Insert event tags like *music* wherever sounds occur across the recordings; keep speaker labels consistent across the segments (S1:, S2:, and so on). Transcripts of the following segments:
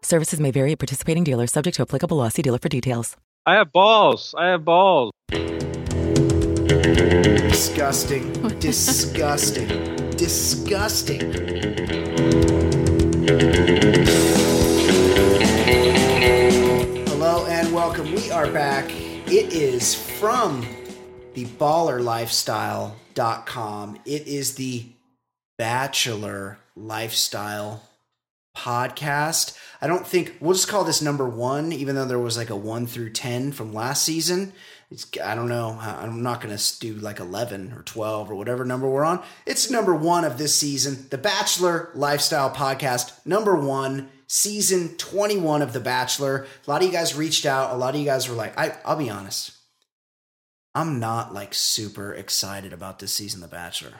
S1: Services may vary at participating dealers, subject to applicable law. See dealer for details.
S2: I have balls. I have balls.
S3: Disgusting. Disgusting. Disgusting. Hello and welcome. We are back. It is from the ballerlifestyle.com. It is the Bachelor Lifestyle podcast. I don't think we'll just call this number one, even though there was like a one through 10 from last season. It's, I don't know. I- I'm not going to do like 11 or 12 or whatever number we're on. It's number one of this season, the Bachelor Lifestyle Podcast, number one, season 21 of The Bachelor. A lot of you guys reached out. A lot of you guys were like, I, I'll be honest. I'm not like super excited about this season, of The Bachelor.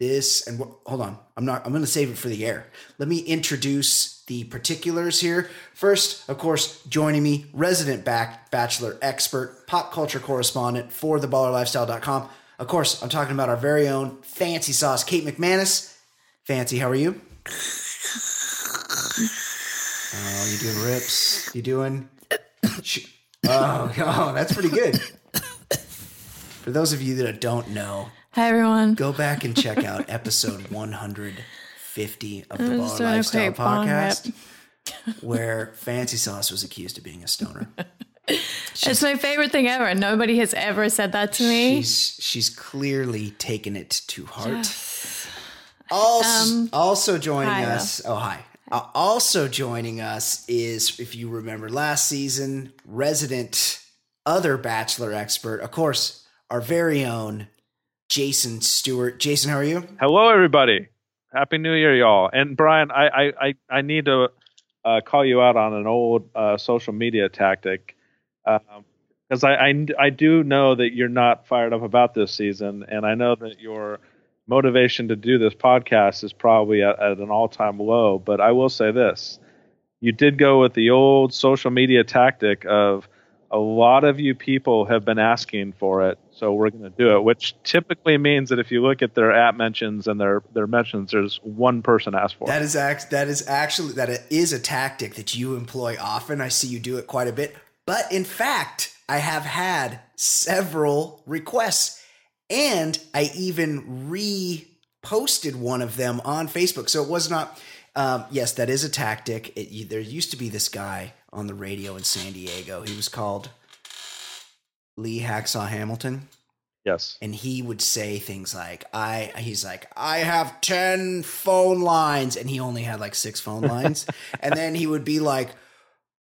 S3: This and wh- hold on, I'm not. I'm going to save it for the air. Let me introduce the particulars here. First, of course, joining me, resident back bachelor expert, pop culture correspondent for theballerlifestyle.com. Of course, I'm talking about our very own fancy sauce, Kate McManus. Fancy, how are you? Oh, you doing rips? You doing? Sh- Oh, *laughs* oh, that's pretty good. For those of you that don't know,
S4: Hi everyone.
S3: go back and check out *laughs* episode 150 of the
S4: I'm
S3: Baller
S4: just doing a
S3: Lifestyle
S4: quick bong
S3: podcast, where Fancy Sauce was accused of being a stoner.
S4: It's my favorite thing ever. Nobody has ever said that to *laughs* me.
S3: She's she's clearly taken it to heart. Also,
S4: Um,
S3: also joining
S4: hi,
S3: us. Oh hi. Uh, also joining us is, if you remember last season, resident other Bachelor expert, of course, our very own Jason Stewart. Jason, how are you?
S2: Hello, everybody. Happy New Year, y'all. And Brian, I I I, I need to uh, call you out on an old uh, social media tactic because I, I I do know that you're not fired up about this season, and I know that your motivation to do this podcast is probably at, at an all-time low. But I will say this: you did go with the old social media tactic of a lot of you people have been asking for it, so we're going to do it. Which typically means that if you look at their app mentions and their their mentions, there's one person asked for
S3: That
S2: it.
S3: is act. That is actually that it is a tactic that you employ often. I see you do it quite a bit. But in fact, I have had several requests, and I even reposted one of them on Facebook. So it was not. Um, yes, that is a tactic. It, you, there used to be this guy on the radio in San Diego. He was called Lee Hacksaw Hamilton
S2: Yes.
S3: and he would say things like i he's like i have 10 phone lines and he only had like six phone lines and then he would be like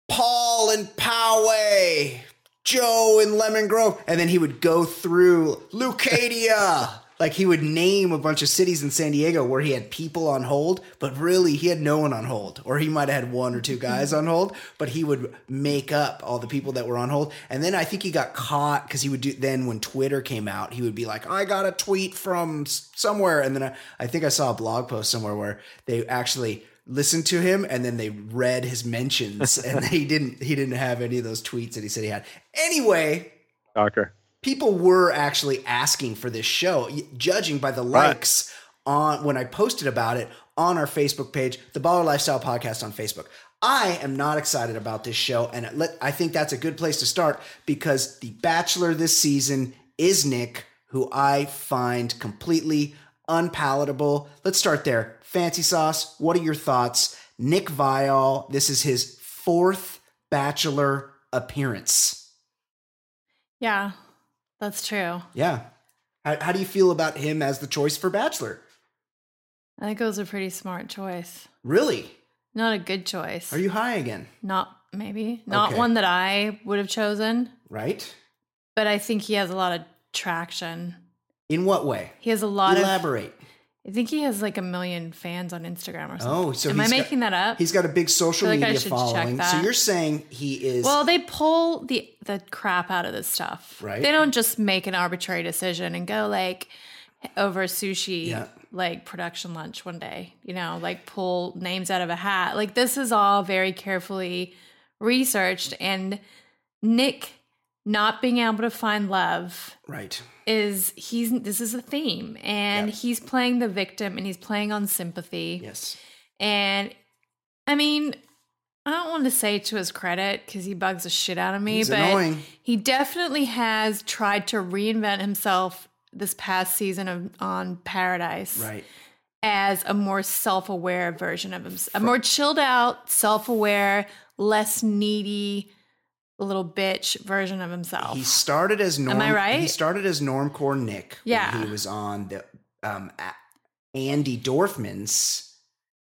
S3: paul and poway joe and lemon grove and then he would go through lucadia like he would name a bunch of cities in san diego where he had people on hold but really he had no one on hold or he might have had one or two guys on hold but he would make up all the people that were on hold and then i think he got caught because he would do then when twitter came out he would be like i got a tweet from s- somewhere and then i, I think i saw a blog post somewhere where they actually listened to him and then they read his mentions and *laughs* he didn't he didn't have any of those tweets that he said he had anyway
S2: Shocker.
S3: people were actually asking for this show, y- judging by the
S2: Right.
S3: likes on when I posted about it on our Facebook page, the Baller Lifestyle Podcast on Facebook. I am not excited about this show, and it let, I think that's a good place to start because the Bachelor this season is Nick, who I find completely unpalatable. Let's start there. Fancy Sauce, what are your thoughts? Nick Vial, this is his fourth Bachelor appearance.
S4: Yeah, that's true.
S3: Yeah. How, how do you feel about him as the choice for Bachelor?
S4: I think it was a pretty smart choice.
S3: Really?
S4: Not a good choice.
S3: Are you high again?
S4: Not maybe. Not
S3: Okay.
S4: one that I would have chosen,
S3: Right?
S4: but I think he has a lot of traction.
S3: In what way?
S4: He has a lot
S3: Elaborate.
S4: of I think he has like a million fans on Instagram or something.
S3: Oh, so
S4: Am I
S3: he's got-
S4: making that up?
S3: He's got a big social
S4: I feel like I
S3: media
S4: should check
S3: following. So
S4: that.
S3: you're saying he is
S4: well, they pull the the crap out of this stuff.
S3: Right.
S4: They don't just make an arbitrary decision and go like over sushi
S3: Yeah.
S4: like production lunch one day, you know, like pull names out of a hat. Like this is all very carefully researched and Nick not being able to find love
S3: right.
S4: is he's this is a theme and
S3: Yeah.
S4: he's playing the victim and he's playing on sympathy.
S3: Yes.
S4: And I mean, I don't want to say to his credit because he bugs the shit out of me,
S3: He's
S4: but
S3: annoying.
S4: he definitely has tried to reinvent himself this past season of on Paradise
S3: Right.
S4: as a more self-aware version of himself, a more chilled out, self-aware, less needy little bitch version of himself.
S3: He started as norm.
S4: I right?
S3: He started as normcore Nick. when
S4: Yeah.
S3: he was on the um, a- Andy Dorfman's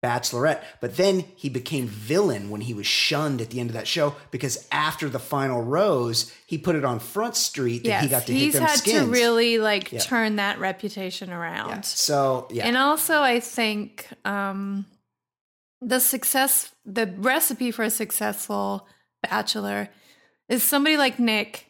S3: Bachelorette, but then he became villain when he was shunned at the end of that show because after the final rose, he put it on Front Street that
S4: yes,
S3: he got to hit
S4: he's
S3: them
S4: had
S3: skins.
S4: to really like
S3: Yeah.
S4: turn that reputation around.
S3: Yeah. So yeah,
S4: And uh, also, I think um, the success, the recipe for a successful bachelor is somebody like Nick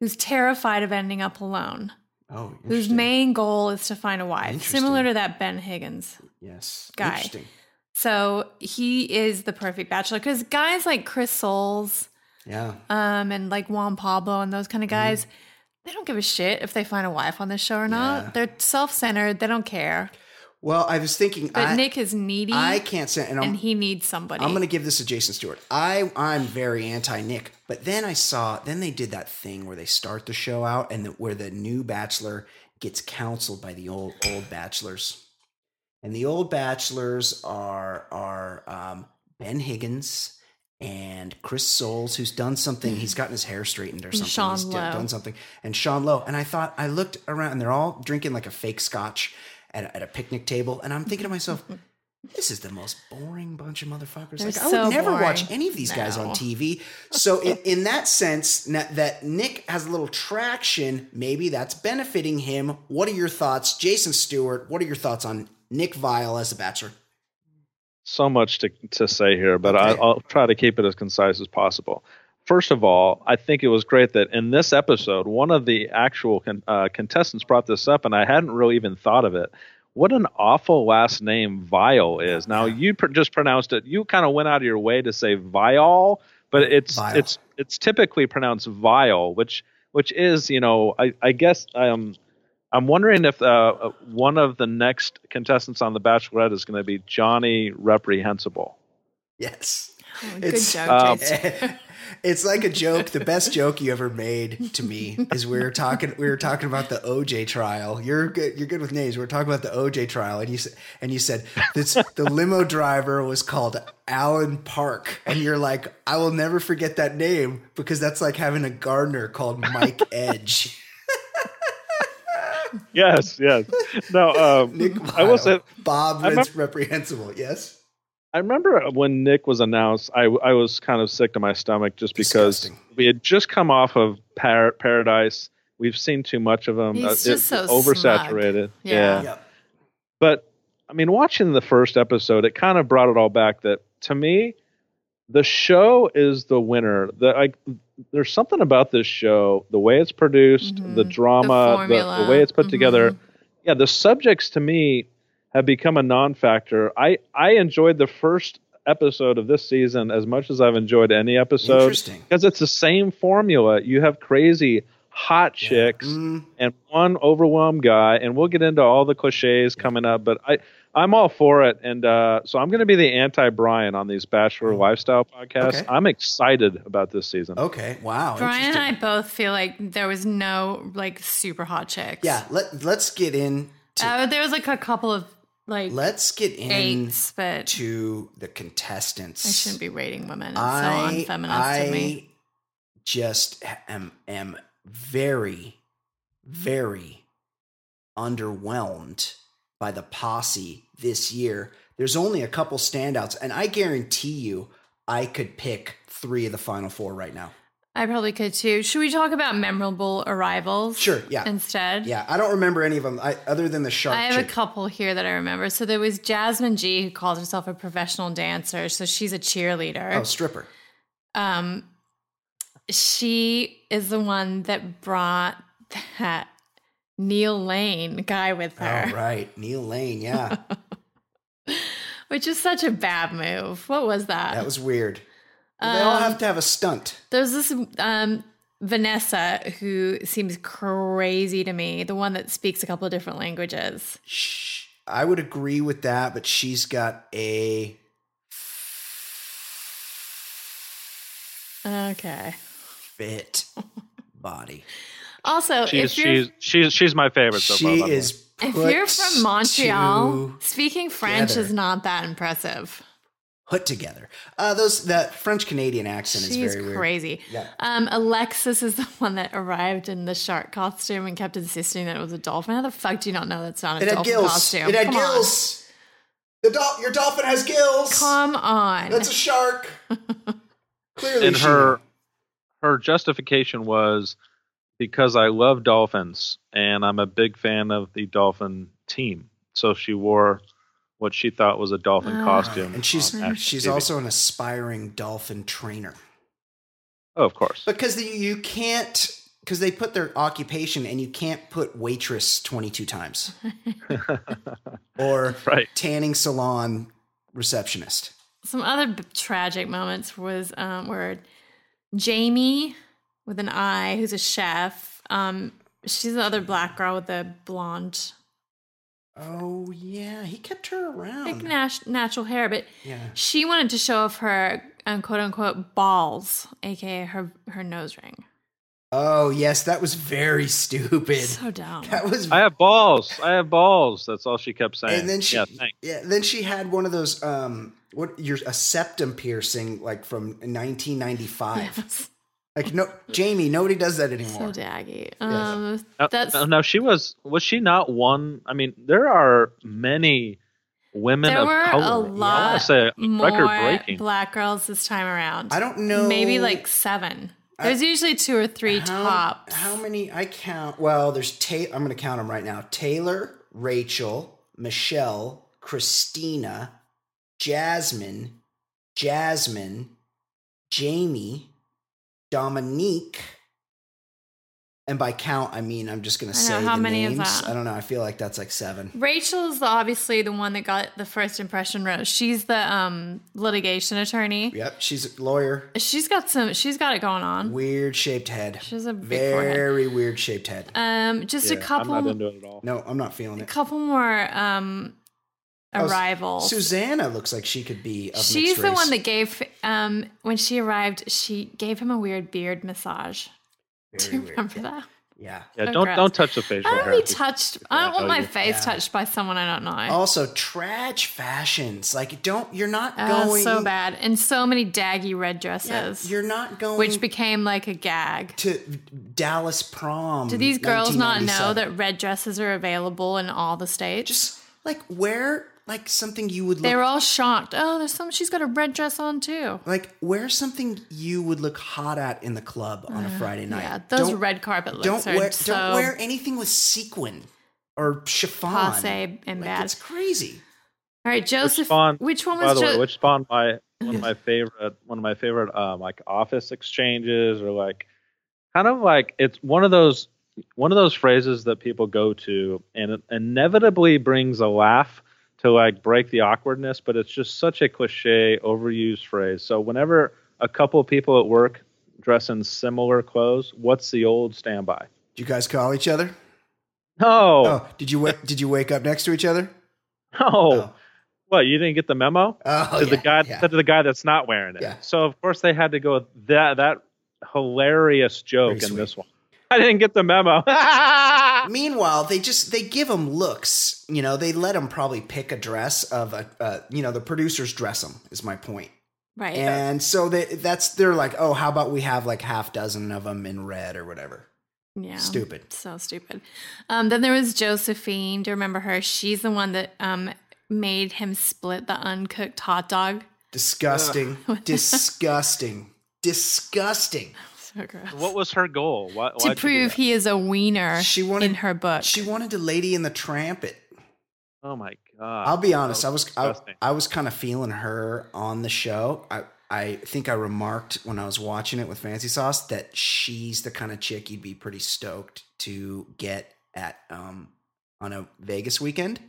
S4: who's terrified of ending up alone,
S3: oh,
S4: whose
S3: interesting.
S4: main goal is to find a wife,
S3: Interesting.
S4: similar to that Ben Higgins.
S3: yes
S4: guy.
S3: Interesting.
S4: So he is the perfect bachelor because guys like Chris Soules
S3: Yeah,
S4: um, and like Juan Pablo and those kind
S3: Mm-hmm.
S4: of guys. They don't give a shit if they find a wife on this show or not.
S3: Yeah.
S4: They're self-centered. They don't care.
S3: well, I was thinking,
S4: But
S3: I,
S4: Nick is needy.
S3: I can't say, and I'm,
S4: and he needs somebody.
S3: I'm going to give this to Jason Stewart. I I'm very anti Nick, but then I saw then they did that thing where they start the show out and the, where the new bachelor gets counseled by the old old bachelors, and the old bachelors are are um, Ben Higgins and Chris Soules, who's done something. He's gotten his hair straightened or
S4: And
S3: something.
S4: Sean
S3: he's d-
S4: Lowe.
S3: done something, and Sean Lowe. And I thought I looked around and they're all drinking like a fake scotch at a, at a picnic table, and I'm thinking to
S4: *laughs*
S3: myself. This is the most boring bunch of motherfuckers.
S4: They're
S3: like I
S4: so
S3: would never watch
S4: boring.
S3: any of these guys on
S4: No.
S3: TV. So
S4: *laughs*
S3: in, in that sense, na- that Nick has a little traction, maybe that's benefiting him. What are your thoughts, Jason Stewart? What are your thoughts on Nick Vile as a bachelor?
S2: so much to, to say here, but I,
S3: Okay.
S2: I'll try to keep it as concise as possible. First of all, I think it was great that in this episode, one of the actual con- uh, contestants brought this up, and I hadn't really even thought of it. What an awful last name Vile is. Now you pr- just pronounced it. You kind of went out of your way to say Vile, but it's
S3: Vile.
S2: it's it's typically pronounced Vile, which which is you know I I guess um I'm wondering if uh, one of the next contestants on The Bachelorette is going to be Johnny Reprehensible.
S3: Yes.
S4: Oh, good
S3: It's- uh,
S4: joke,
S2: Um,
S4: Jason.
S3: *laughs* it's like a joke. The best joke you ever made to me is we were talking. We were talking about the OJ trial. You're good. You're good with names. We are talking about the OJ trial, and you said, and you said this, the limo driver was called Alan Park, and you're like, I will never forget that name because that's like having a gardener called
S4: *laughs*
S3: Mike Edge.
S2: Yes, yes. No,
S3: *laughs* Nick
S2: um, I will say
S3: Vile. Bob.
S2: I'm
S3: It's reprehensible. Yes.
S2: I remember when Nick was announced, I, I was kind of sick to my stomach just because
S3: Disgusting.
S2: we had just come off of Par- Paradise. We've seen too much of him.
S4: He's
S2: Uh,
S4: just
S2: it-
S4: so
S2: oversaturated.
S4: smug. Yeah.
S3: Yep.
S2: But I mean, watching the first episode, it kind of brought it all back. That to me, the show is the winner. The like, there's something about this show, the way it's produced,
S4: Mhm.
S2: the drama, the, the,
S4: formula.
S2: way it's put together.
S4: Mhm.
S2: Yeah, the subjects to me have become a non-factor. I I enjoyed the first episode of this season as much as I've enjoyed any episode
S3: Interesting.
S2: because it's the same formula. You have crazy hot chicks
S3: Mm,
S2: and one overwhelmed guy and we'll get into all the cliches coming up but i i'm all for it and uh, so i'm going to be the anti brian on these bachelor lifestyle podcasts
S3: Mm. Okay. Oh.
S2: i'm excited about this season
S3: okay. Wow.
S4: Brian and
S3: interesting.
S4: I both feel like there was no like super hot chicks.
S3: yeah. Let Let's get in. To,
S4: Uh, there was like a couple of like
S3: let's get in.
S4: eights, but
S3: to the contestants.
S4: I shouldn't be rating women. It's so
S3: I,
S4: unfeminist of me.
S3: I just am am very, very underwhelmed by the posse this year. There's only a couple standouts, and I guarantee you I could pick three of the final four right now.
S4: I probably could too. Should we talk about memorable arrivals?
S3: Sure, yeah.
S4: Instead,
S3: Yeah, I don't remember any of them I, other than the shark.
S4: I have a
S3: chick.
S4: couple here that I remember. So there was Jasmine G, who calls herself a professional dancer. So she's a
S3: Oh,
S4: cheerleader.
S3: stripper.
S4: Um, she is the one that brought that Neil Lane guy with her,
S3: All Oh, right, Neil Lane. Yeah,
S4: which is such a bad move. What was that?
S3: that was weird. Well, they all
S4: Um,
S3: have to have a stunt.
S4: There's this um, Vanessa who seems crazy to me, the one that speaks a couple of different languages.
S3: Shh. I would agree with that, but she's got a
S4: Okay. *laughs*
S3: fit body.
S4: Also,
S2: She's
S4: if you're
S2: she's she's she's my favorite so far.
S3: She
S2: by the way.
S3: is.
S4: if
S3: put
S4: you're from Montreal,
S3: to-
S4: speaking French
S3: together.
S4: is not that impressive.
S3: put together. Uh, those that French Canadian accent is
S4: She's
S3: very weird.
S4: crazy.
S3: Yeah.
S4: Um, Alexis is the *laughs* one that arrived in the shark costume and kept insisting that it was a dolphin. How the fuck do you not know that's not a
S3: It had
S4: dolphin
S3: gills.
S4: costume?
S3: It had
S4: Come on.
S3: gills. The dol- your dolphin has gills.
S4: Come on.
S3: That's a shark.
S4: *laughs*
S3: Clearly,
S2: and
S3: she-
S2: her her justification was because I love dolphins and I'm a big fan of the dolphin team. So she wore what she thought was a dolphin
S4: Ah.
S2: costume. Oh,
S3: and she's
S2: on Apple
S3: she's
S2: TV.
S3: also an aspiring dolphin trainer
S2: oh, of course.
S3: because the, you can't because they put their occupation and you can't put waitress twenty two
S2: *laughs*
S3: times or
S2: right.
S3: tanning salon receptionist.
S4: Some other b- tragic moments was um, where Jamie, with an I, who's a chef, um, she's the other black girl with the blonde,
S3: Oh yeah, he kept her
S4: like
S3: around.
S4: nat- natural hair, but
S3: Yeah.
S4: she wanted to show off her um, quote unquote balls, aka her her nose ring.
S3: Oh yes, that was very stupid.
S4: So dumb.
S3: That was
S2: I have balls. I have balls. That's all she kept saying.
S3: and then she
S2: yeah,
S3: yeah,
S2: thanks.
S3: then she had one of those um what your a septum piercing like from
S4: *laughs*
S3: 1995 like no jamie nobody does that
S4: So
S3: anymore
S4: daggy. Um,
S2: Now,
S4: that's
S2: now, now she was was she not one? I mean, there are many women
S4: there
S2: of
S4: were
S2: color.
S4: a
S2: I
S4: lot
S2: want to say record
S4: more
S2: breaking.
S4: black girls this time around.
S3: i don't know
S4: Maybe like seven.
S3: I-
S4: There's usually two or three
S3: how,
S4: tops.
S3: how many i count well there's ta- i'm gonna count them right now taylor rachel michelle christina jasmine jasmine jamie dominique and by count i mean i'm just gonna
S4: I know,
S3: say
S4: how
S3: the
S4: many is
S3: names
S4: that?
S3: i don't know i feel like that's like seven
S4: Rachel's the- obviously the one that got the first impression rose. She's the um, litigation attorney.
S3: Yep, she's a lawyer.
S4: She's got some. She's got it going on.
S3: Weird shaped head.
S4: She has a big forehead.
S3: Very weird shaped head.
S4: Um, just
S2: Yeah,
S4: a couple,
S2: I'm not into it at all.
S3: No, I'm not feeling
S4: a
S3: it.
S4: couple more um,
S3: Oh, Su-
S4: arrivals.
S3: Susanna looks like she could be. Of mixed
S4: She's the
S3: race.
S4: one that gave um, when she arrived. She gave him a weird beard massage. *laughs*
S3: *laughs*
S4: Do
S3: Very
S4: you
S3: weird.
S4: remember that?
S3: Yeah.
S2: Yeah,
S4: Oh,
S2: don't
S4: gross.
S2: don't touch the facial
S4: I don't
S2: hair.
S4: want to be touched. I don't
S2: Yeah,
S4: want my
S2: you-
S4: face
S3: yeah. Oh,
S4: touched by someone I don't know.
S3: Also, trash fashions. Like, don't you're not
S4: Oh,
S3: going
S4: so bad. And so many daggy red
S3: Yeah,
S4: dresses,
S3: you're not going
S4: which became like a gag.
S3: to Dallas prom.
S4: Do these girls not know
S3: 1997.
S4: that red dresses are available in all the states?
S3: Just like wear like something you would look.
S4: they were all shocked. Oh, there's some. She's got a red dress on too.
S3: like wear something you would look hot at in the club on a Friday night.
S4: Uh, Yeah, those
S3: Don't-
S4: red carpet looks
S3: don't
S4: are
S3: wear
S4: so
S3: don't wear anything with sequin or chiffon.
S4: passe and
S3: Like,
S4: bad.
S3: It's crazy.
S4: all right, Joseph.
S2: spawned-
S4: which one
S2: By
S4: was
S2: the way,
S4: jo-
S2: which spawned
S4: *laughs*
S2: my one of my favorite one of my favorite um like office exchanges or like kind of like it's one of those one of those phrases that people go to and it inevitably brings a laugh to like break the awkwardness, but it's just such a cliche overused phrase. So whenever a couple people at work dress in similar clothes, what's the old standby?
S3: Did you guys call each other?
S2: No.
S3: Oh, did you wa- did you wake up next to each other?
S2: No. oh, What, you didn't get the memo?
S3: Oh,
S2: to the
S3: yeah,
S2: guy
S3: yeah.
S2: to the guy that's not wearing it.
S3: Yeah.
S2: So of course they had to go with that that hilarious joke
S3: Very
S2: in
S3: sweet.
S2: this one. I didn't get the memo. *laughs*
S3: Meanwhile, they just they give them looks. You know, they let them probably pick a dress of a. Uh, you know, the producers dress them. Is my point.
S4: right?
S3: And so that that's they're like, oh, how about we have like half dozen of them in red or whatever.
S4: Yeah.
S3: Stupid.
S4: So stupid. Um, then there was Josephine. Do you remember her? She's the one that um, made him split the uncooked hot dog.
S3: Disgusting. Disgusting. Disgusting.
S4: So gross.
S2: What was her goal? Why,
S4: to prove he is a wiener
S3: She wanted-
S4: in her book.
S3: She wanted to Lady in the Tramp it.
S2: Oh my god!
S3: I'll be honest.
S2: That
S3: I was I,
S2: disgusting.
S3: I was kind of feeling her on the show. I I think I remarked when I was watching it with Fancy Sauce that she's the kind of chick you'd be pretty stoked to get at um on a Vegas weekend.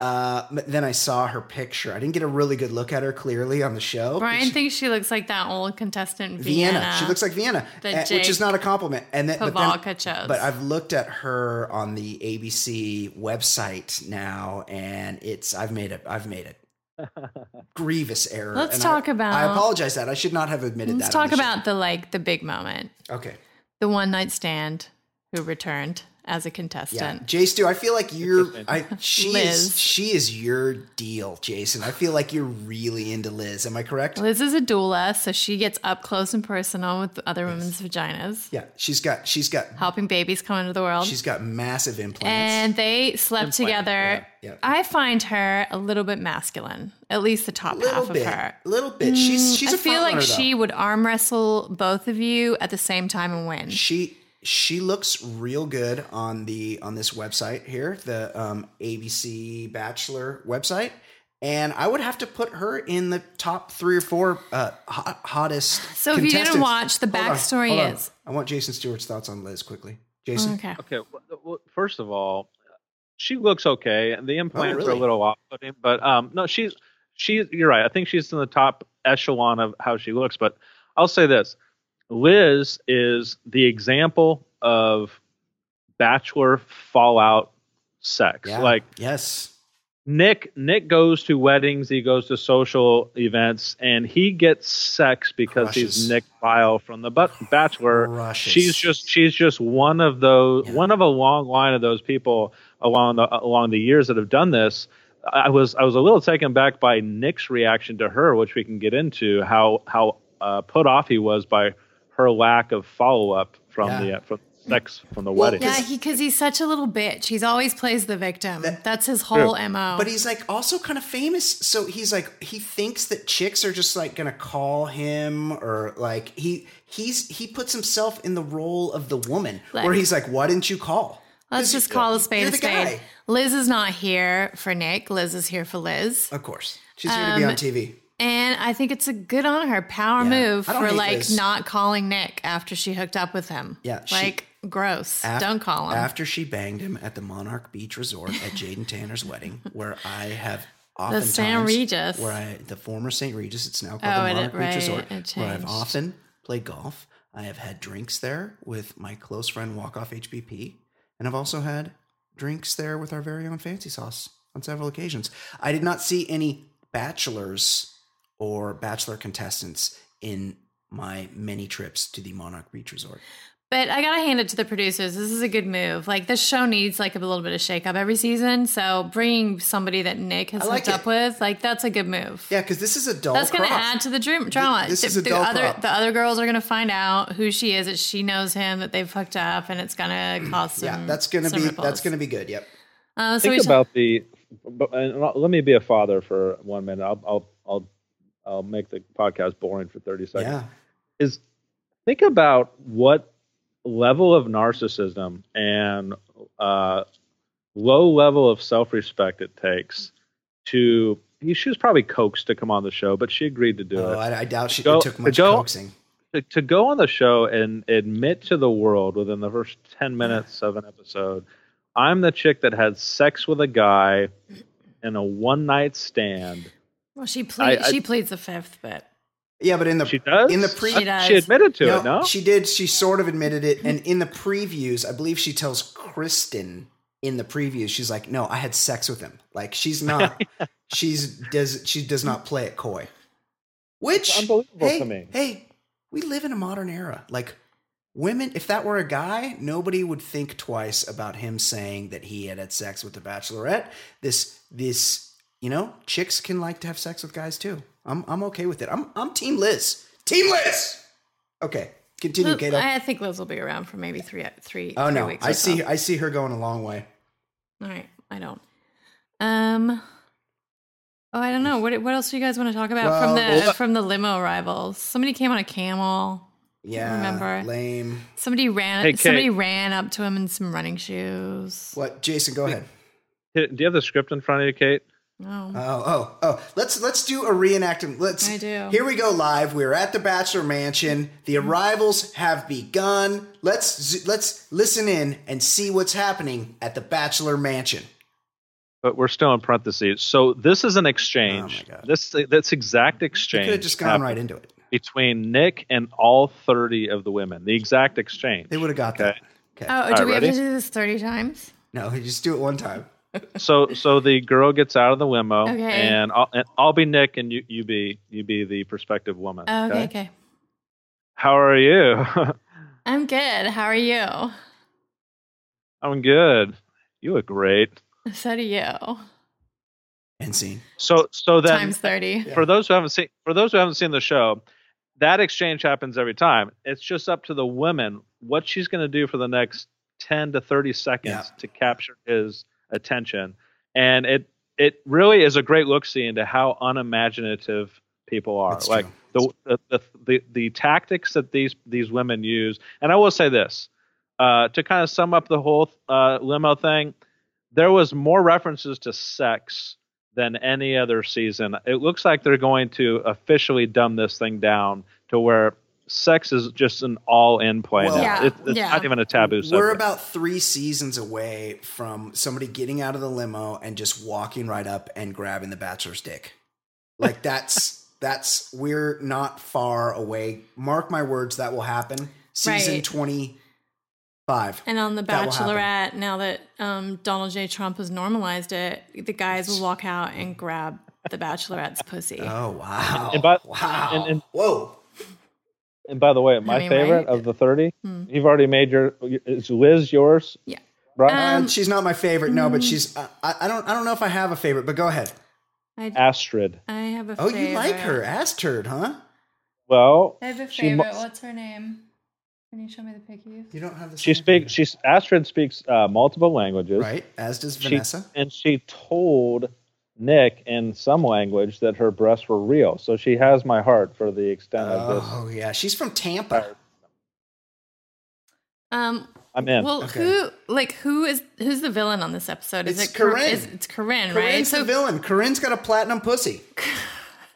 S3: Uh, but then I saw her picture. I didn't get a really good look at her clearly on the show. but
S4: Brian
S3: she-
S4: thinks she looks like that old contestant
S3: Vienna.
S4: Vienna.
S3: She looks like Vienna,
S4: that
S3: eh, which is
S4: Jake
S3: not a compliment. And then, but then
S4: Pavalka chose.
S3: but I've looked at her on the ABC website now, and it's I've made a I've made a
S4: *laughs*
S3: grievous error.
S4: Let's
S3: and
S4: talk
S3: I,
S4: about.
S3: I apologize that I should not have admitted
S4: Let's
S3: that. on
S4: talk
S3: the show.
S4: about the like the big moment,
S3: okay,
S4: the one night stand, who returned as a
S3: yeah,
S4: contestant.
S3: Jay Stu. I feel like you're.
S4: *laughs*
S3: I she
S4: Liz.
S3: is she is your deal, Jason. I feel like you're really into Liz. Am I correct?
S4: Liz is a doula, so she gets up close and personal with other women's vaginas,
S3: Yeah, she's got she's got
S4: helping babies come into the world.
S3: she's got massive implants.
S4: and they slept together.
S3: yeah.
S4: I find her a little bit masculine, at least the top
S3: little
S4: half
S3: bit,
S4: of her. Mm,
S3: little bit. She's she's
S4: I
S3: a
S4: feel
S3: front
S4: like
S3: runner, though.
S4: she would arm wrestle both of you at the same time and win.
S3: she she looks real good on the on this website here the um, abc bachelor website and i would have to put her in the top three or four uh, hot, hottest
S4: So if you didn't
S3: contestants.
S4: watch, the
S3: Hold on,
S4: backstory
S3: hold on.
S4: is- Oh,
S3: i want jason stewart's thoughts on liz quickly jason
S4: okay.
S2: okay. Well, well, first of all, she looks okay, and the implants are
S3: Oh, really?
S2: a little off-putting. But um, no, she's she's. You're right. I think she's in the top echelon of how she looks. But I'll say this: Liz is the example of bachelor fallout sex.
S3: Yeah.
S2: Like
S3: yes
S2: Nick Nick goes to weddings, he goes to social events, and he gets sex because
S3: Crushes.
S2: he's Nick Bile from the but- Bachelor.
S3: Crushes.
S2: She's just she's just one of those
S3: Yeah.
S2: one of a long line of those people along the along the years that have done this. I was I was a little taken back by Nick's reaction to her, which we can get into how how uh, put off he was by her lack of follow up from
S3: Yeah.
S2: the uh, from sex from the
S3: Well,
S2: wedding.
S4: Yeah, he because he's such a little bitch. He's always plays the victim. That's his whole mo.
S3: but he's like also kind of famous so he's like he thinks that chicks are just like gonna call him or like he he's he puts himself in the role of the woman
S4: Like-
S3: where he's like why didn't you call
S4: Let's just call a spade
S3: You're
S4: a
S3: the
S4: spade.
S3: guy.
S4: Liz is not here for Nick. Liz is here for Liz,
S3: of course she's here
S4: Um,
S3: to be on tv
S4: and I think it's a good on her power move
S3: I don't
S4: for
S3: hate
S4: like
S3: Liz.
S4: not calling Nick after she hooked up with him.
S3: Yeah, she-
S4: like gross.
S3: Af-
S4: Don't call him.
S3: after she banged him at the monarch beach resort at jaden tanner's
S4: *laughs*
S3: wedding where i have
S4: the
S3: oftentimes
S4: Sam Regis.
S3: where I the former St. Regis, it's now called
S4: Oh,
S3: the
S4: it-
S3: Monarch
S4: right,
S3: Beach Resort,
S4: it
S3: where I've
S4: changed.
S3: often played golf. I have had drinks there with my close friend Walk Off HBP, and I've also had drinks there with our very own Fancy Sauce on several occasions. I did not see any bachelors or bachelor contestants in my many trips to the Monarch Beach Resort.
S4: But I gotta hand it to the producers. This is a good move. Like this show needs like a little bit of shake up every season. So bringing somebody that Nick has
S3: I like
S4: hooked up
S3: it.
S4: with, like that's a good move.
S3: Yeah, because this is adult.
S4: that's gonna
S3: crop.
S4: add to the dream, drama.
S3: this
S4: the,
S3: is a
S4: the
S3: dull
S4: other
S3: crop.
S4: the other girls are gonna find out who she is that she knows him that they've hooked up, and
S3: *clears throat*
S4: it's gonna cause some.
S3: Yeah, that's gonna
S4: some
S3: be
S4: ripples.
S3: that's gonna be good. Yep.
S4: Uh, so we
S2: think
S4: should-
S2: about the. But, and I'll- let me be a father for one minute. I'll I'll I'll, I'll make the podcast boring for thirty seconds.
S3: Yeah.
S2: Is think about what level of narcissism and uh, low level of self respect it takes to. She was probably coaxed to come on the show, but she agreed to do it
S3: Oh, I, I doubt she
S2: Go-
S3: it took much
S2: go-
S3: coaxing.
S2: to, to go on the show and admit to the world within the first 10 minutes of an episode i'm the chick that had sex with a guy in a one night stand
S4: well, she pleads.
S2: I- I-
S4: she pleads the fifth, but
S3: Yeah, but in the
S2: she does
S3: in the pre
S4: She does.
S2: she admitted to it no
S3: She did. She sort of admitted it. And in the previews, I believe she tells Kristen in the previews, she's like, no, I had sex with him. Like she's
S2: *laughs*
S3: not, she's does, she does not play it coy, which
S2: It's unbelievable
S3: hey,
S2: to me.
S3: Hey, we live in a modern era. Like women, if that were a guy, nobody would think twice about him saying that he had had sex with the bachelorette. This, this, you know, chicks can like to have sex with guys too. I'm, I'm okay with it. I'm, I'm team Liz. Team Liz. Okay, Continue,
S4: Liz-
S3: Kato.
S4: I think Liz will be around for maybe three three.
S3: Oh
S4: three
S3: no,
S4: weeks
S3: I
S4: or so.
S3: see. I see her going a long way.
S4: All right, I don't. Um. Oh, I don't know. What what else do you guys want to talk about from
S3: Well-
S4: the from the limo arrivals? Somebody came on a camel.
S3: Yeah,
S4: remember.
S3: lame.
S4: Somebody ran.
S2: Hey, Kate.
S4: somebody ran up to him in some running shoes.
S3: What, Jason? Go ahead.
S2: Do you have the script in front of you, Kate?
S4: No.
S3: Oh, oh, oh. Let's let's do a reenactment. Let's.
S4: I do.
S3: Here we go live. We're at the Bachelor Mansion. The arrivals have begun. Let's z- let's listen in and see what's happening at the Bachelor Mansion.
S2: But we're still in parentheses. So this is an
S3: Oh
S2: exchange.
S3: my God.
S2: this this exact
S3: We could have
S2: exchange
S3: just gone
S2: happened
S3: right into it.
S2: between Nick and all thirty of the women. The exact exchange.
S3: They would have got that. Okay.
S4: Oh, do
S2: All
S4: we
S2: right,
S4: have
S2: ready?
S4: to do this thirty times?
S3: No, you just do it one time.
S2: So so the girl gets out of the limo,
S4: Okay.
S2: and, I'll, and I'll be Nick, and you you be you be the prospective woman.
S4: Oh, okay, okay.
S2: How are you? *laughs*
S4: I'm good. How are you?
S2: I'm good. You look great.
S4: So do you.
S3: And scene.
S2: So so then
S4: Times thirty.
S2: for those who haven't seen for those who haven't seen the show, that exchange happens every time. It's just up to the woman what she's going to do for the next 10 to 30 seconds
S3: Yeah.
S2: to capture his attention. And it it really is a great look see into how unimaginative people are.
S3: That's
S2: like
S3: true.
S2: the, the the the the tactics that these these women use. And I will say this, uh, to kind of sum up the whole uh, limo thing, there was more references to sex than any other season. It looks like they're going to officially dumb this thing down to where sex is just an all-in play
S3: Well-
S2: now.
S4: Yeah,
S2: It- it's
S4: yeah.
S2: not even a taboo subject.
S3: We're about three seasons away from somebody getting out of the limo and just walking right up and grabbing the bachelor's dick. *laughs* Like that's that's we're not far away. Mark my words, that will happen. Season
S4: Right.
S3: twenty five.
S4: And on The
S3: That will happen.
S4: Bachelorette, now that um, Donald J. Trump has normalized it, the guys will walk out and grab the Bachelorette's pussy.
S3: Oh wow!
S2: And by-
S3: wow!
S2: and- and-
S3: Whoa!
S2: And by the way, my
S4: mean,
S2: favorite
S4: right?
S2: of the 30,
S4: Hmm.
S2: you've already made your is Liz yours?
S4: Yeah.
S2: Right?
S4: Um, mm.
S3: Uh, she's not my favorite. No, but she's. I, I I don't. I don't know if I have a favorite. But go ahead.
S4: I,
S2: Astrid.
S4: I have a
S3: Oh,
S4: favorite.
S3: you like her, ass turd, huh?
S2: Well,
S4: I have a
S2: She mu-
S4: favorite. What's her name? Can you show me the pickies?
S3: You don't have the.
S2: she
S3: same-
S2: speaks she's Astrid speaks uh, multiple languages.
S3: right, as does
S2: She-
S3: Vanessa.
S2: and she told Nick in some language that her breasts were real. So she has my heart for the extent of this.
S3: Oh yeah, she's from Tampa.
S4: Um,
S3: Ah.
S2: I'm in.
S4: well,
S3: Okay.
S4: who like who is who's the villain on this episode? Is
S3: It's
S4: it Cor-
S3: Corinne.
S4: Is, it's Corinne, right?
S3: Corinne's the villain. Corinne's got a platinum pussy.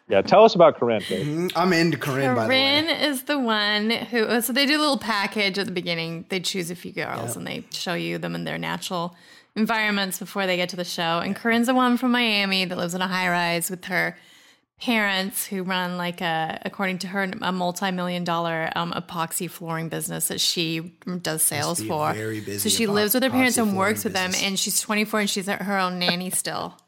S2: yeah, tell us about Corinne. Kate.
S3: Mm, I'm into Corinne, by the
S4: Corinne
S3: way.
S4: is the one who. uh, So they do a little package at the beginning. They choose a few girls and they show you them in their natural environments before they get to the show. And Corinne's the one from Miami that lives in a high rise with her parents who run like a, according to her, a multi-million dollar um, epoxy flooring business that she does sales
S3: be a
S4: for.
S3: very busy
S4: so she
S3: epo-
S4: lives with her parents
S3: epoxy
S4: and works
S3: flooring
S4: with
S3: business.
S4: them. And she's 24 and she's her own nanny still.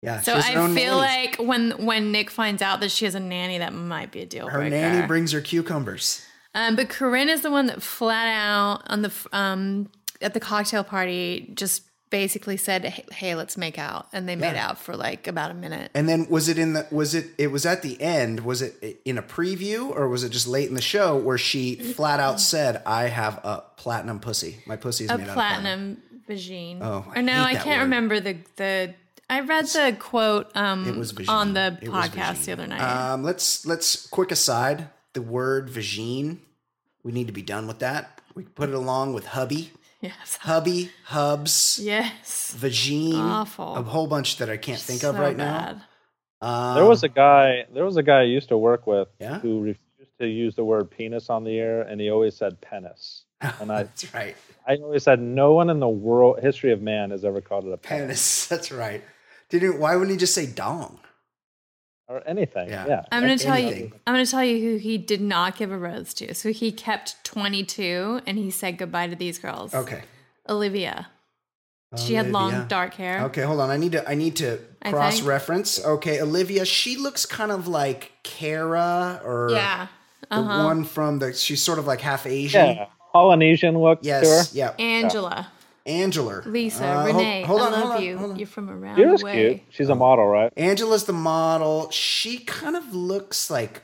S3: Yeah,
S4: So
S3: she has
S4: I
S3: her own
S4: feel
S3: nanny.
S4: like when when Nick finds out that she has a nanny, that might be a deal
S3: her
S4: breaker.
S3: nanny brings her cucumbers.
S4: Um, but Corinne is the one that flat out on the f- um, at the cocktail party just basically said, "Hey, hey, let's make out," and they made
S3: Yeah.
S4: out for like about a minute.
S3: And then was it in the was it it was at the end? Was it in a preview or was it just late in the show where she flat
S4: *laughs*
S3: out said, "I have a platinum pussy. My pussy is
S4: A
S3: made
S4: platinum vagine.
S3: Oh, I
S4: or no,
S3: hate
S4: I
S3: that
S4: can't
S3: word.
S4: remember the the. I read the quote
S3: out of
S4: um,
S3: platinum." It was vagine.
S4: on the
S3: It was
S4: podcast the
S3: vagine.
S4: other night. *laughs*
S3: Um, let's let's quick aside the word vagine. We need to be done with that. We can put it along with hubby,
S4: yes,
S3: hubby, hubs.
S4: yes,
S3: Vagine,
S4: Awful.
S3: a whole bunch that I can't think of
S4: So
S3: right
S4: bad.
S3: now. Um,
S2: There was a guy. There was a guy I used to work with
S3: Yeah?
S2: who refused to use the word penis on the air, and he always said
S3: *laughs*
S2: penis. And I,
S3: that's right,
S2: I always said no one in the world history of man has ever called it a penis
S3: penis. *laughs* That's right. Didn't why wouldn't he just say dong?
S2: or anything.
S3: Yeah.
S2: Yeah.
S4: I'm gonna tell you.
S3: anything.
S4: I'm gonna tell you who he did not give a rose to. So he kept 22, and he said goodbye to these girls.
S3: Okay.
S4: Olivia. She had long
S3: Olivia.
S4: dark hair.
S3: Oh, Okay, hold on. I need to. I need to
S4: I
S3: cross
S4: think.
S3: reference. Okay, Olivia. She looks kind of like Kara or
S4: Yeah.
S3: the
S4: Uh-huh.
S3: one from the. She's sort of like half Asian.
S2: Yeah, Polynesian look.
S3: Yes.
S2: to
S3: Yeah.
S4: Angela,
S3: Angela.
S4: Lisa,
S3: Uh, hol-
S4: Renee.
S3: hold on,
S4: I love
S3: hold on,
S4: you.
S3: hold on.
S4: You're from around
S2: her. She
S4: the
S2: was cute.
S4: way.
S3: Oh.
S2: She's a model, right?
S3: Angela's the model. She kind of looks like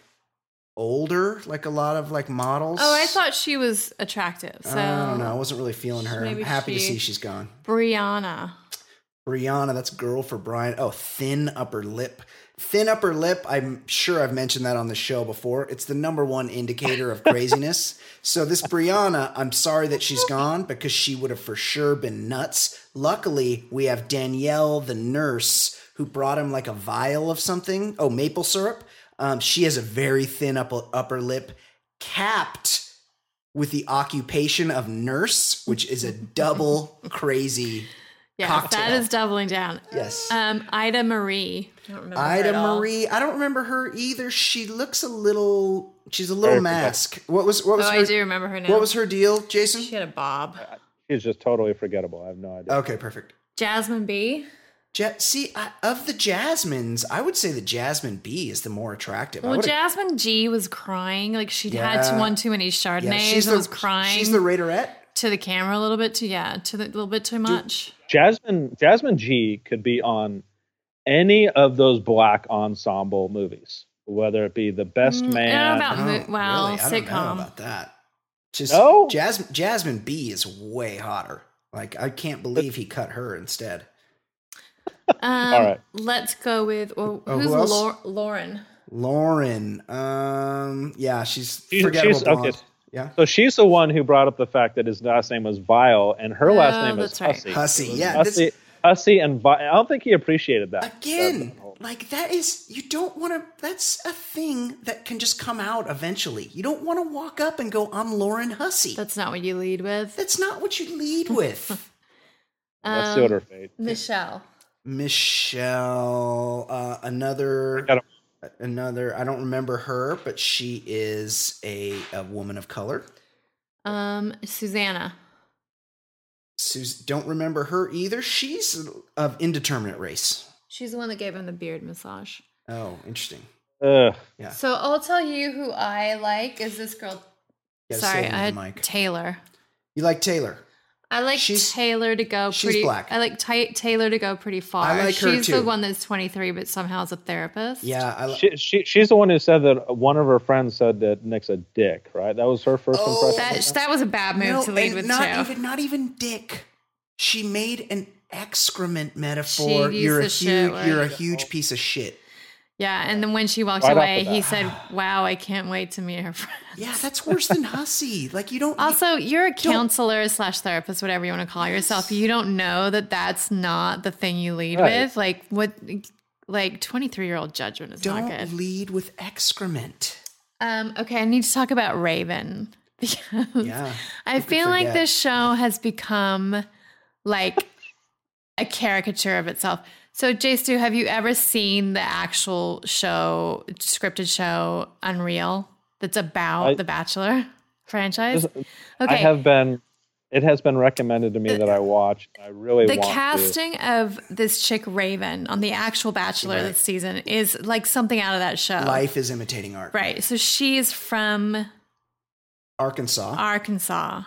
S3: older, like a lot of like models.
S4: Oh, I thought she was attractive. So
S3: I don't know. I wasn't really feeling her. I'm
S4: Maybe
S3: happy to
S4: she-
S3: see she's gone.
S4: Brianna.
S3: Brianna, that's girl for Brian. Oh, thin upper lip. Thin upper lip, I'm sure I've mentioned that on the show before. It's the number one indicator of
S4: *laughs*
S3: craziness. so, this Brianna, I'm sorry that she's gone because she would have for sure been nuts. Luckily, we have Danielle, the nurse, who brought him like a vial of something. Oh, maple syrup. Um, she has a very thin upper, upper lip, capped with the occupation of nurse, which is a double
S4: *laughs*
S3: crazy.
S4: Yes, that
S3: Cocktail.
S4: is doubling down.
S3: Yes.
S4: Um, Ida Marie. I don't remember her
S3: Ida
S4: at all.
S3: Marie. I don't remember her either. She looks a little. She's a little
S2: Very
S3: mask. What was what
S4: Oh,
S3: was
S4: I
S3: her,
S4: do remember her now.
S3: what was her deal, Jason?
S4: She had a bob.
S2: She's just totally forgettable. I have no idea.
S3: Okay, perfect.
S4: Jasmine B.
S3: Ja- see, I, of the Jasmines, I would say the Jasmine B is the more attractive. I
S4: Well,
S3: would've-
S4: Jasmine G was crying. Like she'd had
S3: Yeah.
S4: too, one too many Chardonnays
S3: yeah,
S4: and was crying
S3: She's the Raiderette.
S4: to the camera a little bit too. Yeah, to the little bit too much.
S2: Jasmine Jasmine G could be on any of those black ensemble movies, whether it be The Best
S4: Mm, I don't know
S2: Man.
S4: about-
S3: Oh,
S4: Well,
S3: really? I don't know
S4: sitcom.
S3: about that. Just
S2: No?
S3: Jasmine Jasmine B is way hotter. Like I can't believe he cut her instead.
S4: Um,
S2: All right.
S4: Let's go with well,
S3: Oh,
S4: who's
S3: who else?
S4: Lau- Lauren?
S3: Lauren, um, yeah, she's
S2: She's-
S3: forgettable
S2: she's- okay.
S3: blonde. Yeah.
S2: so she's the one who brought up the fact that his last name was Vile and her last
S4: Oh,
S2: name is
S4: that's right.
S2: Hussey.
S3: Hussey,
S2: It was
S3: yeah, this-
S2: Hussey, Hussey and Vile. I don't think he appreciated that.
S3: again
S2: That whole-
S3: like that is you don't want to that's a thing that can just come out eventually you don't want to walk up and go i'm lauren hussey that's,
S4: That's not what you lead with.
S3: not what you lead with
S2: That's
S4: Um,
S2: the order of fate.
S4: Michelle.
S3: michelle uh, another
S2: Got
S3: another i don't remember her but she is a, a woman of color
S4: Um, Susanna.
S3: Sus- don't remember her either she's of indeterminate race
S4: She's the one that gave him the beard massage.
S3: oh interesting
S2: Ugh.
S3: Yeah.
S4: So I'll tell you who I like is this girl.
S3: Gotta say
S4: Sorry,
S3: it in the
S4: I
S3: mic.
S4: Taylor.
S3: you like taylor
S4: I like
S3: She's-
S4: Taylor to go
S3: she's
S4: pretty.
S3: black.
S4: I like Ta Taylor to go pretty far.
S3: I like her
S4: she's
S3: too.
S4: the one that's 23, but somehow is a therapist.
S3: yeah i like
S2: She, she, she's the one who said that one of her friends said that Nick's a dick, right? That was her first
S3: Oh,
S2: impression.
S4: That that was a bad move to lead
S3: and
S4: with
S3: not
S4: too.
S3: even not even dick. She made an excrement metaphor.
S4: She used
S3: you're a
S4: the
S3: huge
S4: shit word.
S3: you're a huge piece of shit.
S4: yeah, and then when she walked
S2: Right off
S4: away,
S2: the bat.
S4: he said, "Wow, I can't wait to meet her friend."
S3: Yeah, that's worse
S4: *laughs*
S3: than hussy. Like you don't
S4: Also, you're a counselor slash therapist, whatever you want to call yourself. You don't know that that's not the thing you lead
S2: Right.
S4: with. Like what? Like 23 year old judgment is not
S3: don't
S4: good.
S3: lead with
S4: *laughs*
S3: excrement.
S4: Um, okay, I need to talk about Raven *laughs* because
S3: Yeah.
S4: I
S3: could
S4: feel like
S3: forget.
S4: this show has become like a caricature of itself. So, Jay Stu, have you ever seen the actual show, scripted show Unreal, that's about
S2: I-
S4: The Bachelor franchise?
S2: This- I
S4: Okay.
S2: have been. It has been recommended to me that I watch. I really
S4: the
S2: want to.
S4: casting of this chick Raven on the actual Bachelor this season is like something out of that show.
S3: Life is imitating art.
S4: Right. So she is from
S3: Arkansas. Uh,
S4: Arkansas.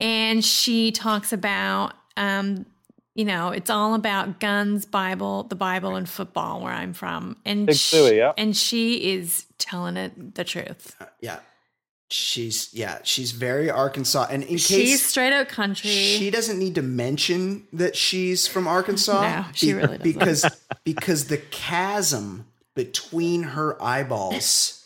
S4: And she talks about, um, you know, it's all about guns, Bible, the Bible, and football where I'm from. And
S2: Big
S4: she,
S2: Suey, yeah.
S4: and she is telling it the truth.
S3: yeah. She's yeah, she's very Arkansas. And in
S4: She's
S3: case
S4: straight out country.
S3: she doesn't need to mention that she's from Arkansas.
S4: No, she really doesn't.
S3: because because the chasm between her eyeballs.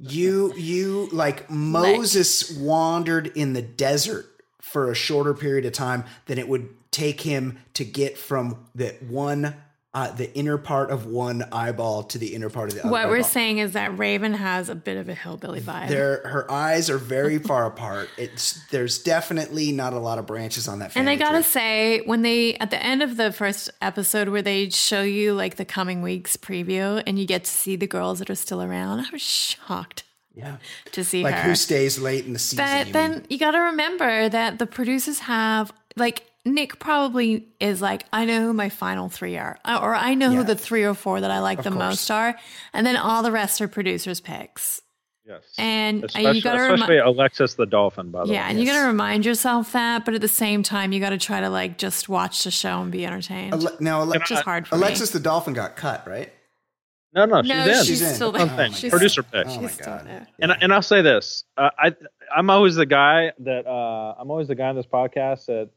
S3: You you like Moses wandered in the desert for a shorter period of time than it would take him to get from that one uh, the inner part of one eyeball to the inner part of the other.
S4: what we're
S3: eyeball.
S4: saying is that Raven has a bit of a hillbilly vibe.
S3: Their her eyes are very far apart. It's there's definitely not a lot of branches on that.
S4: And
S3: Family
S4: I gotta
S3: tree.
S4: say, when they at the end of the first episode where they show you like the coming weeks preview and you get to see the girls that are still around, I was shocked
S3: yeah,
S4: to see
S3: like
S4: her.
S3: who stays late in the season?
S4: but
S3: you
S4: then
S3: mean?
S4: you gotta remember that the producers have like Nick probably is like, I know who my final three are, uh, or I know
S3: Yeah.
S4: who the three or four that I like the
S3: course.
S4: most are, and then all the rest are producers' picks.
S2: Yes.
S4: And uh,
S2: especially,
S4: you gotta remember.
S2: especially Alexis the dolphin, by the
S4: Yeah,
S2: way.
S4: and you got to remind yourself that, but at the same time, you got to try to like just watch the show and be entertained,
S3: Ale- now Ale-
S4: which is hard for
S3: Alexis
S4: me.
S3: the dolphin got cut, right?
S2: No, no, she's
S4: No,
S2: in.
S4: she's
S3: She's in.
S4: still
S2: That's what
S4: there.
S2: I'm saying.
S4: She's-
S2: Producer pick.
S3: Oh my
S4: She's still
S3: God.
S4: there.
S2: and and I'll say this: uh, I I'm always the guy that uh, I'm always the guy on this podcast that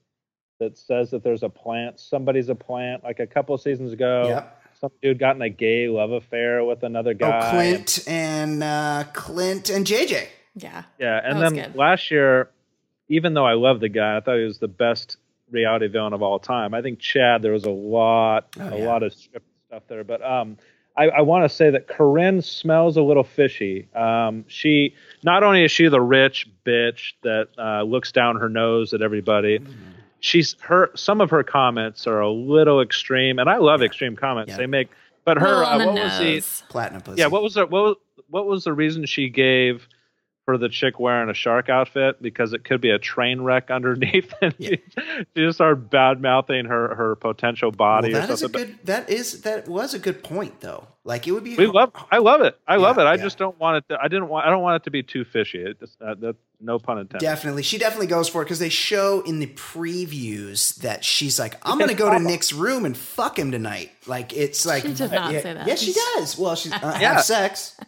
S2: that says that there's a plant, somebody's a plant. Like a couple of seasons ago,
S3: Yep.
S2: some dude got in a gay love affair with another guy.
S3: Oh, Clint and uh, Clint and JJ.
S4: Yeah.
S2: Yeah, and
S4: That was
S2: then
S4: good.
S2: last year, even though I love the guy, I thought he was the best reality villain of all time. I think Chad, there was a lot,
S3: Oh,
S2: a
S3: yeah.
S2: lot of script stuff there, but um, I, I want to say that Corinne smells a little fishy. Um, she not only is she the rich bitch that uh, looks down her nose at everybody.
S3: Mm.
S2: She's her. Some of her comments are a little extreme, and I love extreme comments.
S3: Yeah.
S2: They make, but her.
S4: Little
S2: Uh,
S4: on the
S2: what was the
S4: nose.
S3: Platinum Pussy.
S2: yeah, what was the what was, what was the reason she gave for the chick wearing a shark outfit? Because it could be a train wreck underneath, *laughs* and
S3: Yeah.
S2: she, she just started bad mouthing her her potential body
S3: Well,
S2: or
S3: that is a
S2: something. But
S3: good. That is that was a good point though. Like it would be.
S2: we love, I love it, I love
S3: Yeah,
S2: it. I
S3: yeah.
S2: just don't want it. To, I didn't want, I don't want it to be too fishy. It just, uh, that, no pun intended.
S3: Definitely, she definitely goes for it because they show in the previews that she's like, "I'm gonna go to Nick's room and fuck him tonight." Like it's like
S4: She does not
S3: yeah,
S4: say that.
S3: Yeah, she does. Well, she's uh,
S2: *laughs* Yeah.
S3: have sex.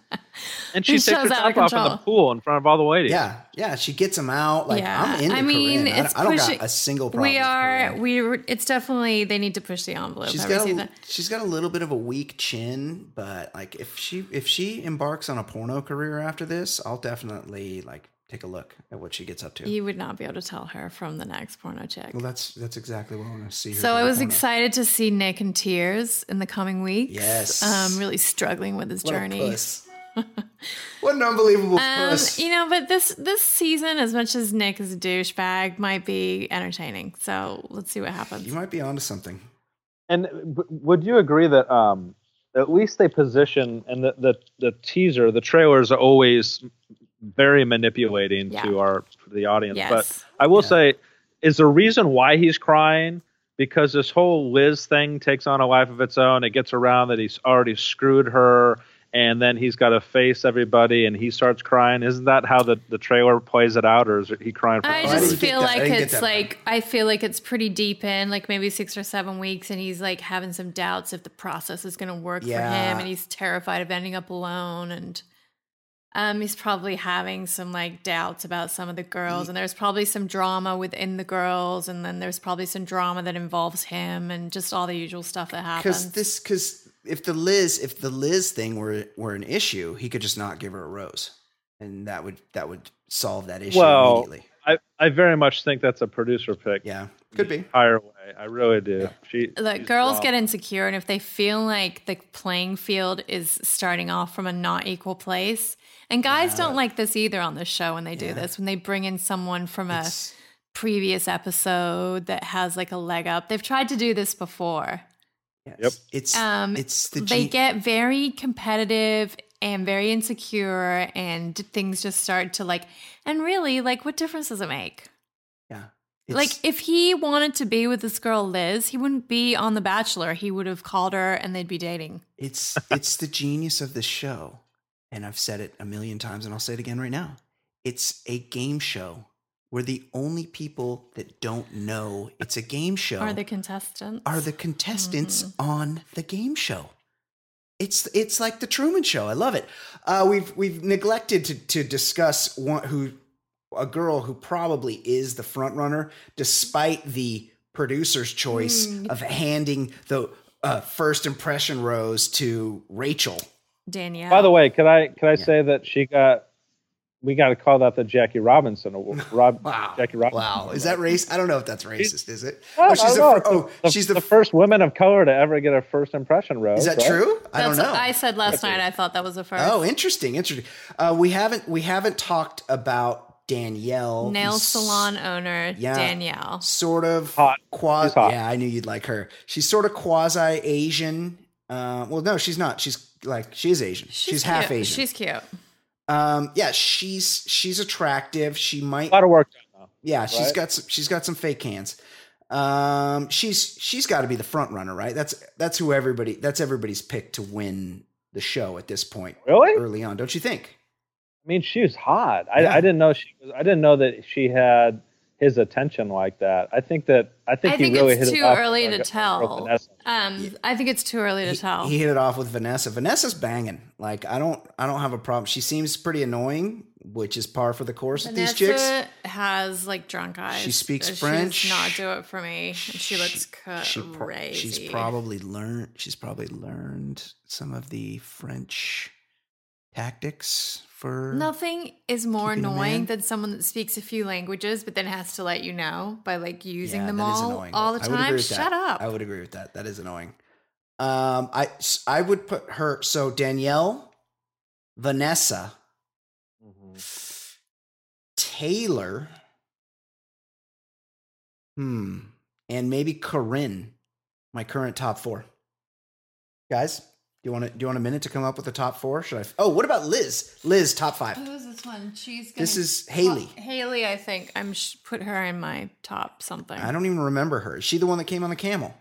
S2: and she
S4: It's
S2: takes her
S4: just out of
S2: top off in the
S4: control.
S2: pool in front of all the ladies.
S3: Yeah, yeah, she gets him out. Like
S4: Yeah.
S3: I'm into
S4: I mean,
S3: Corinne. I,
S4: it's
S3: don't- I don't
S4: pushing-
S3: got a single problem.
S4: We
S3: with
S4: are.
S3: Corinne.
S4: We. were- It's definitely. They need to push the envelope
S3: She's
S4: every
S3: got a,
S4: season.
S3: she's got a little bit of a weak chin, but like if she if she embarks on a porno career after this, I'll definitely like take a look at what she gets up to.
S4: You would not be able to tell her from the next porno chick.
S3: well, that's that's exactly what I want to see. Her
S4: So I
S3: do a
S4: was
S3: porno.
S4: excited to see Nick in tears in the coming weeks.
S3: Yes.
S4: Um, really struggling with his
S3: What a
S4: journey. *laughs*
S3: puss. what an unbelievable
S4: Um,
S3: puss.
S4: you know, but this this season, as much as Nick is a douchebag, might be entertaining. So let's see what happens.
S3: You might be onto something.
S2: And uh, w- would you agree that um, at least they position and the, the the teaser, the trailers are always very manipulating
S4: Yeah.
S2: to our to the audience.
S4: Yes.
S2: But I will
S3: Yeah.
S2: say, is the reason why he's crying because this whole Liz thing takes on a life of its own. It gets around that he's already screwed her, and then he's got to face everybody, and he starts crying. Isn't that how the, the trailer plays it out, or is he crying? For
S4: I
S3: I
S4: just
S3: didn't get
S4: feel
S3: that. I
S4: like
S3: didn't get
S4: it's
S3: that part.
S4: like I feel like it's pretty deep in, like maybe six or seven weeks, and he's like having some doubts if the process is going to work for
S3: Yeah.
S4: him, and he's terrified of ending up alone, and um, he's probably having some like doubts about some of the girls, and there's probably some drama within the girls, and then there's probably some drama that involves him, and just all the usual stuff that happens.
S3: Because this, because if the Liz, if the Liz thing were were an issue, he could just not give her a rose, and that would that would solve that issue
S2: Well-
S3: immediately.
S2: I, I very much think that's a producer pick.
S3: Yeah, could be.
S2: entire way. I really do. She
S4: Look,
S2: she's
S4: girls
S2: wrong.
S4: get insecure, and if they feel like the playing field is starting off from a not equal place, and guys don't like this either on the show when they do this, when they bring in someone from a
S3: It's-
S4: previous episode that has like a leg up, they've tried to do this before.
S3: yes.
S2: Yep.
S3: It's
S4: Um,
S3: it's the
S4: they
S3: gen-
S4: get very competitive and very insecure, and things just start to like, and really, like, what difference does it make?
S3: yeah.
S4: like if he wanted to be with this girl Liz, he wouldn't be on The Bachelor. He would have called her and they'd be dating.
S3: It's it's the genius of the show, and I've said it a million times, and I'll say it again right now. It's a game show where the only people that don't know it's a game show
S4: Are the contestants?
S3: are the contestants
S4: Mm-hmm.
S3: on the game show. It's it's like the Truman Show. I love it. Uh, we've we've neglected to to discuss one who a girl who probably is the front runner, despite the producer's choice
S4: Mm.
S3: of handing the uh, first impression rose to Rachel.
S4: Danielle?
S2: By the way, could I could I
S3: Yeah.
S2: say that she got? We got to call that the Jackie Robinson
S3: *laughs*
S2: award. Rob,
S3: Wow!
S2: Jackie Robinson.
S3: Wow! Is that race? I don't know if that's racist. Is it?
S2: I
S3: Oh,
S2: don't
S3: she's the
S2: know.
S3: fir- oh,
S2: the,
S3: she's the.
S2: the first woman of color to ever get a first impression rose?
S3: is that
S2: right?
S3: true? I
S4: That's
S3: don't know.
S4: what I said last night. I thought that was the first.
S3: Oh, interesting, interesting. Uh, we haven't we haven't talked about Danielle
S4: Nail
S3: who's
S4: salon owner
S3: Yeah.
S4: Danielle.
S3: sort of
S2: Hot.
S3: Quasi,
S2: She's hot.
S3: yeah, I knew you'd like her. She's sort of quasi Asian. Uh, well, no, she's not. She's like she is Asian. She's,
S4: cute.
S3: half Asian.
S4: She's cute.
S3: um, yeah, she's she's attractive. She might
S2: A lot of work. done, though.
S3: yeah, she's
S2: Right.
S3: got some, she's got some fake hands. Um, she's she's got to be the front runner, right? That's that's who everybody that's everybody's pick to win the show at this point.
S2: Really?
S3: Early on, don't you think?
S2: I mean, she was hot. I,
S3: Yeah.
S2: I didn't know she was. I didn't know that she had his attention like that. I think that I think
S4: I
S2: he
S4: think
S2: really
S4: it's
S2: hit it
S4: too
S2: off with
S4: early
S2: like
S4: to
S2: a-
S4: tell.
S2: Vanessa.
S4: Um,
S3: Yeah.
S4: I think it's too early to
S3: he,
S4: tell.
S3: he hit it off with Vanessa. Vanessa's banging. Like I don't I don't have a problem. She seems pretty annoying, which is par for the course with these chicks.
S4: Vanessa has like drunk eyes.
S3: speaks
S4: She does
S3: French.
S4: not do it for me. And she looks
S3: She
S4: crazy.
S3: pro- she's probably learned she's probably learned some of the French tactics for
S4: Nothing is more
S3: keeping a man.
S4: annoying than someone that speaks a few languages but then has to let you know by like using
S3: Yeah,
S4: them
S3: that is
S4: all
S3: annoying.
S4: all
S3: I
S4: the
S3: would agree
S4: time.
S3: with that.
S4: Shut up.
S3: I would agree with that. That is annoying. Um, I s- I would put her so Danielle, Vanessa, Mm-hmm. Taylor, hmm, and maybe Corinne, my current top four. Guys, do you want to do you want a minute to come up with the top four? Should I? f- Oh, what about Liz? Liz, top five.
S4: Who is this one? She's gonna
S3: This is Haley.
S4: Haley, I think I'm sh- put her in my top something.
S3: I don't even remember her. Is she the one that came on the camel?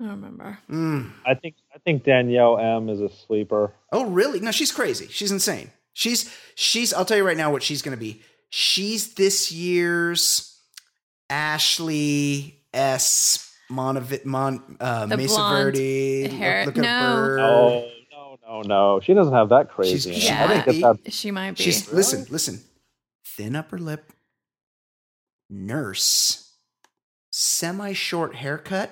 S4: I don't remember.
S3: Mm.
S2: I think I think Danielle M is a sleeper.
S3: Oh, really? No, she's crazy. She's insane. She's she's I'll tell you right now what she's going to be. She's this year's Ashley S Monovi- Mon uh,
S4: The
S3: Mesa
S4: blonde
S3: Verde.
S4: hair-
S3: Look, look at
S4: no.
S3: her.
S2: Oh no no no! She doesn't have that
S3: She's-
S2: crazy.
S3: she
S2: I didn't
S3: might
S2: get that.
S4: She might be.
S3: She's
S2: Really?
S3: listen, listen. Thin upper lip. Nurse. Semi short haircut.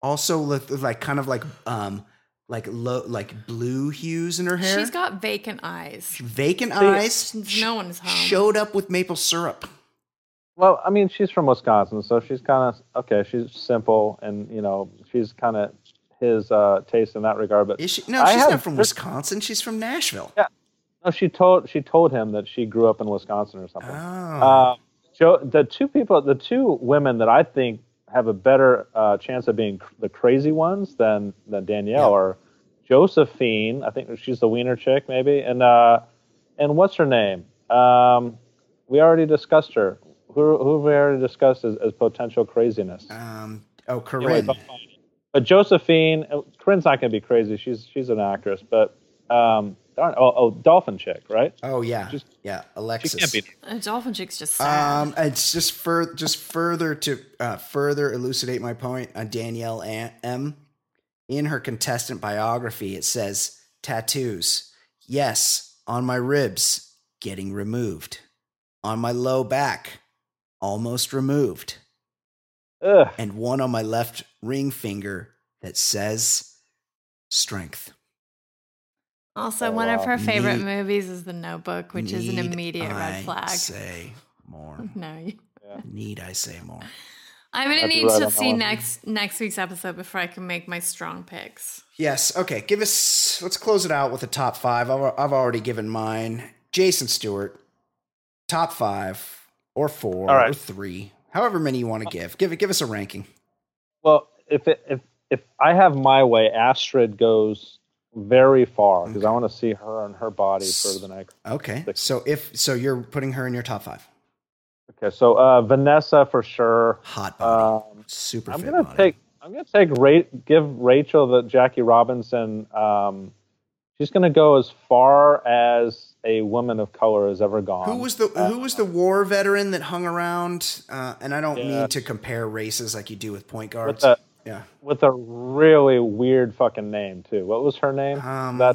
S3: Also look like kind of like um like low like blue hues in her hair.
S4: She's got vacant eyes.
S3: vacant eyes.
S4: Since no one's home.
S3: showed up with maple syrup.
S2: Well, I mean, she's from Wisconsin, so she's kind of okay. She's simple, and you know, she's kind of his uh, taste in that regard. But
S3: Is she? No,
S2: I
S3: she's
S2: have-
S3: not from Wisconsin. She's from Nashville.
S2: no, she told she told him that she grew up in Wisconsin or something.
S3: Oh,
S2: Uh, Joe, the two people, the two women that I think have a better uh, chance of being cr- the crazy ones than than Danielle
S3: Yeah.
S2: are Josephine. I think she's the wiener chick, maybe, and uh, and what's her name? Um, we already discussed her. Who who have we already discussed as, as potential craziness?
S3: um, oh,
S2: Anyway,
S3: Corinne.
S2: but- but Josephine, uh, Corinne's not going to be crazy. She's she's an actress, but um, darn, oh, oh, dolphin chick, right?
S3: Oh yeah,
S2: Just-
S3: yeah,
S2: She
S3: Alexis.
S2: can't be
S4: A dolphin chick's just sad.
S3: Um, it's just fur- just further to uh, further elucidate my point on Danielle A- M. In her contestant biography, it says tattoos. Yes, on my ribs, getting removed. On my low back, almost removed.
S2: Ugh.
S3: and one on my left ring finger that says strength.
S4: also,
S2: oh,
S4: one of
S2: wow.
S4: her favorite
S3: Need-
S4: movies is The Notebook, which is an
S3: Need
S4: immediate
S3: I
S4: red
S3: *laughs*
S4: flag.
S3: Say more.
S4: *laughs* No, you-
S3: Need I say more?
S4: I'm gonna
S2: I'd be
S4: need
S2: right on
S4: to
S2: that
S4: see
S2: one.
S4: next next week's episode before I can make my strong picks.
S3: Yes. Okay. Give us. Let's close it out with the top five. I've, I've already given mine. Jason Stewart, top five or four
S2: All right.
S3: or three, however many you want to give. Give it. Give us a ranking.
S2: Well, if it, if if I have my way, Astrid goes very far because I want to see her and her body for the next.
S3: Okay. So if so, you're putting her in your top five.
S2: Okay, so uh, Vanessa for sure.
S3: Hot body,
S2: Um,
S3: super.
S2: I'm
S3: fit
S2: gonna
S3: body.
S2: take. I'm gonna take. Ra- give Rachel the Jackie Robinson. Um, she's gonna go as far as a woman of color has ever gone.
S3: Who was the Who was the war veteran that hung around? Uh, and I don't
S2: uh, Yeah.
S3: mean to compare races like you do with point
S2: with
S3: guards.
S2: a
S3: yeah,
S2: with a really weird fucking name too? What was her name?
S3: um,
S2: that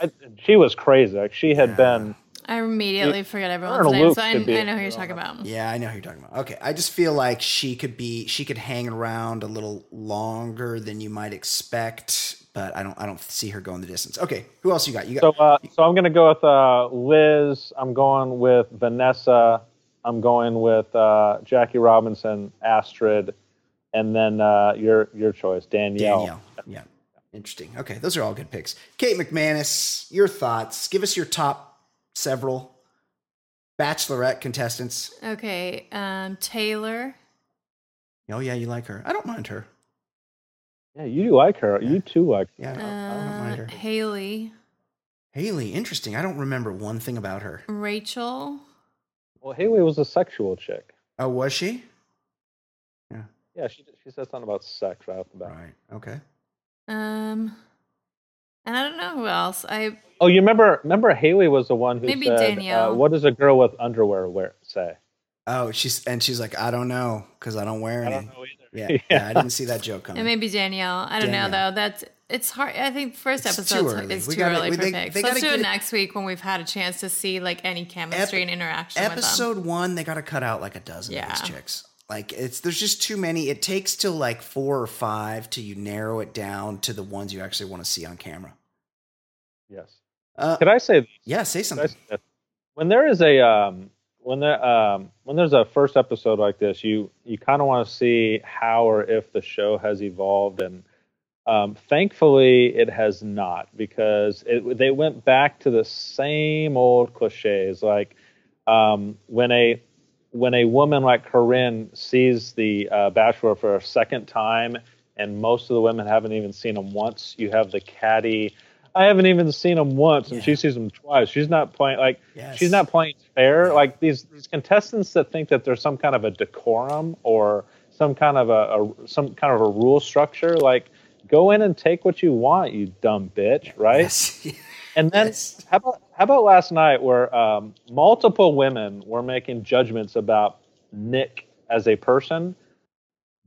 S2: I, she was crazy. Like she had been.
S4: I immediately forget
S2: Colonel
S4: everyone's name,
S2: Luke
S4: so I, I
S2: should be
S4: know who you're
S2: on
S4: talking about.
S3: yeah, I know who you're talking about. Okay, I just feel like she could be she could hang around a little longer than you might expect, but I don't I don't see her going the distance. Okay, who else you got? You
S2: So,
S3: got
S2: uh, so I'm going to go with uh, Liz. I'm going with Vanessa. I'm going with uh, Jackie Robinson, Astrid, and then uh, your your choice, Danielle.
S3: Danielle. Yeah, interesting. Okay, those are all good picks. Kate McManus, your thoughts? Give us your top several bachelorette contestants.
S4: Okay, um, Taylor.
S3: Oh yeah, you like her. I don't mind her.
S2: Yeah, you do like her. You too like. Her.
S3: Yeah, I don't, I don't mind
S4: Uh,
S3: her.
S4: Haley,
S3: Haley, interesting. I don't remember one thing about her.
S4: Rachel,
S2: Well, Haley was a sexual chick.
S3: Oh, was she?
S2: Yeah, she she said something about sex right off the bat.
S3: Right. Okay.
S4: um, and I don't know who else. I
S2: Oh, you remember remember Haley was the one who
S4: Maybe
S2: said,
S4: Danielle.
S2: Uh, "What does a girl with underwear wear?" Say,
S3: Oh, she's and she's like, I don't know, cause I don't wear
S2: I
S3: any.
S2: don't know either. *laughs*
S3: Yeah, yeah. I didn't see that joke coming.
S4: And maybe Danielle. I don't
S3: Danielle.
S4: know though. That's it's hard. I think first
S3: It's
S4: episode
S3: too early.
S4: is
S3: We
S4: too
S3: gotta-
S4: early
S3: we-
S4: for
S3: they-
S4: picks.
S3: they
S4: Let's
S3: gotta
S4: do it
S3: get-
S4: next week when we've had a chance to see like any chemistry and interaction
S3: episode one they got to cut out like a dozen of
S4: Yeah.
S3: these chicks like it's there's just too many it takes till like four or five till you narrow it down to the ones you actually want to see on camera
S2: Yes.
S3: uh,
S2: Could I say
S3: yeah say
S2: Can I
S3: something
S2: say this? when there is a um, when there um, when there's a first episode like this, you you kind of want to see how or if the show has evolved, and um, thankfully it has not because it, they went back to the same old cliches. Like um, when a when a woman like Corinne sees the uh, Bachelor for a second time, and most of the women haven't even seen him once, you have the caddy. I haven't even seen him once, and
S3: Yeah.
S2: she sees him twice. She's not playing like
S3: Yes.
S2: she's
S3: *laughs*
S2: not playing fair. Like these these contestants that think that there's some kind of a decorum or some kind of a, a some kind of a rule structure. Like go in and take what you want, you dumb bitch, right?
S3: yes
S2: And then
S3: Yes.
S2: how about how about last night where um, multiple women were making judgments about Nick as a person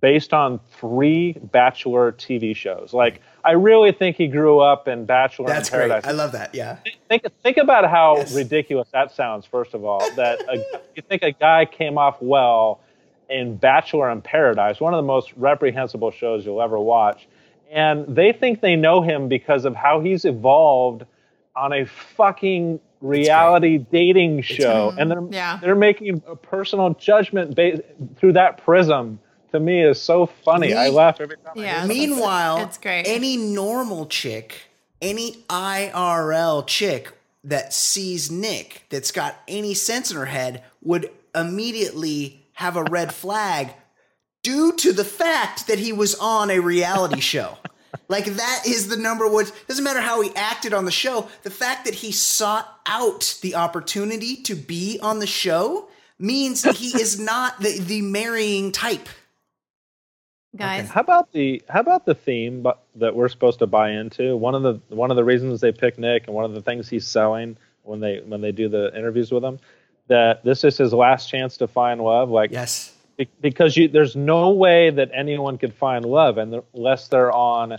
S2: based on three Bachelor TV shows? Like I really think he grew up in Bachelor
S3: that's
S2: in
S3: great
S2: Paradise.
S3: i love that yeah
S2: Think think about how
S3: Yes.
S2: ridiculous that sounds. First of all, that a, you think a guy came off well in Bachelor in Paradise, one of the most reprehensible shows you'll ever watch, and they think they know him because of how he's evolved on a fucking reality dating show, and they're
S4: yeah.
S2: they're making a personal judgment ba- through that prism. To me, is so funny. I
S3: Me-
S2: laugh every time. I
S4: Yeah.
S2: hear it.
S4: that's-
S3: Meanwhile,
S4: that's great.
S3: any normal chick, any IRL chick that sees Nick that's got any sense in her head would immediately have a red flag due to the fact that he was on a reality show. Like that is the number one. Doesn't matter how he acted on the show. The fact that he sought out the opportunity to be on the show means that he is not the, the marrying type.
S4: one, guys.
S2: How about the how about the theme bu- that we're supposed to buy into? One of the one of the reasons they pick Nick and one of the things he's selling when they when they do the interviews with him that this is his last chance to find love. Like
S3: Yes.
S2: be- because you there's no way that anyone could find love and unless they're on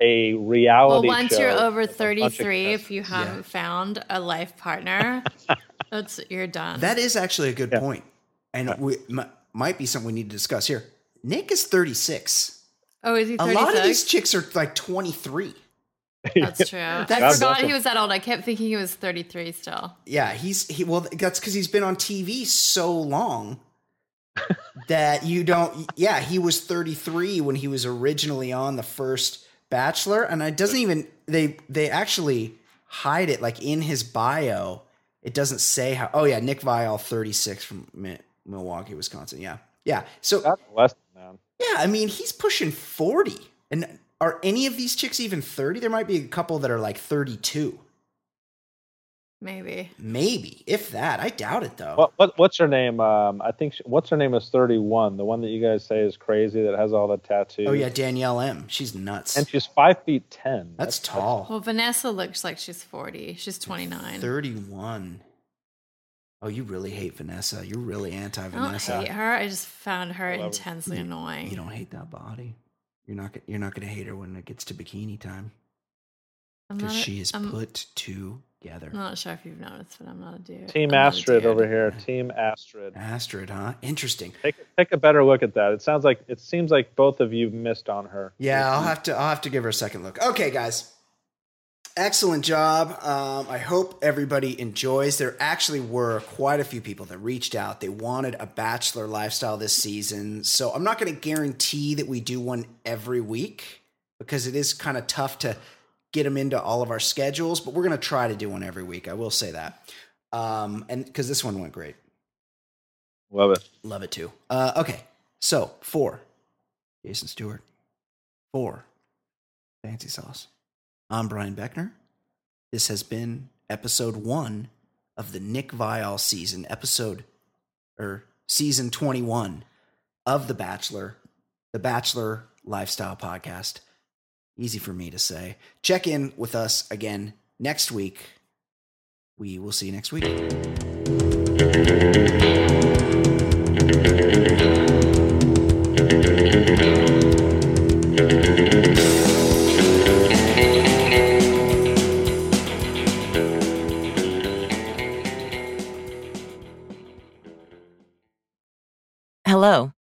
S2: a
S4: Well,
S2: reality
S4: once
S2: show
S4: you're
S2: with a
S4: over
S2: bunch of
S4: 33, if
S2: contestants.
S4: you haven't found a
S2: *laughs*
S4: life partner, that's you're done.
S3: That is actually a good point, and we m- might be something we need to discuss here. Nick is 36.
S4: oh, is he
S3: A lot of these
S4: 36?
S3: chicks are like 23.
S4: That's true. I
S3: God
S2: bless
S4: forgot
S2: him.
S4: he was that old. I kept thinking he was 33 still.
S3: Yeah, he's he. Well, that's because he's been on TV so long that you don't. Yeah, he was 33 when he was originally on the first Bachelor, and it doesn't even they they actually hide it like in his bio. It doesn't say how. Oh yeah, Nick Vial, 36 from Mi- Milwaukee, Wisconsin. Yeah, yeah. So
S2: God bless him, man.
S3: Yeah, I mean, he's pushing 40. And are any of these chicks even 30? There might be a couple that are like 32.
S4: Maybe.
S3: Maybe, if that. I doubt it though.
S2: What, what what's her name? Um, I think she, what's her name is 31. The one that you guys say is crazy that has all the tattoos.
S3: oh yeah, Danielle M. She's nuts.
S2: and she's five feet ten.
S3: That's tall.
S4: Well, Vanessa looks like she's 40. She's 29.
S3: 31. Oh, you really hate Vanessa. You're really anti
S4: I don't hate
S3: Vanessa.
S4: her. I just found her
S2: I love her.
S4: intensely annoying.
S3: You don't hate that body. You're not. go- You're not gonna hate her when it gets to bikini time
S4: I'm
S3: because
S4: not a-
S3: she is
S4: I'm
S3: put together.
S4: not sure if you've noticed, but I'm not a dude.
S2: Team
S4: I'm not a
S2: Astrid
S4: dude.
S2: over here. Team Astrid.
S3: Astrid, huh? Interesting.
S2: Take take a better look at that. It sounds like it seems like both of you missed on her.
S3: Yeah, I'll have to I'll have to give her a second look. Okay, guys. Excellent job. Um, I hope everybody enjoys. There actually were quite a few people that reached out. They wanted a bachelor lifestyle this season. So I'm not going to guarantee that we do one every week because it is kind of tough to get them into all of our schedules, but we're going to try to do one every week. I will say that. Um, and because this one went great.
S2: Love it.
S3: Love it too. Uh, okay, so four, Jason Stewart. Four, Fancy Sauce. I'm Brian Beckner. This has been episode one of the Nick Vial season, episode or season 21 of The Bachelor, The Bachelor Lifestyle Podcast. Easy for me to say. Check in with us again next week. We will see you next week.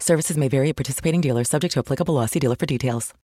S1: Services may vary at participating dealers, subject to applicable lossy dealer for details.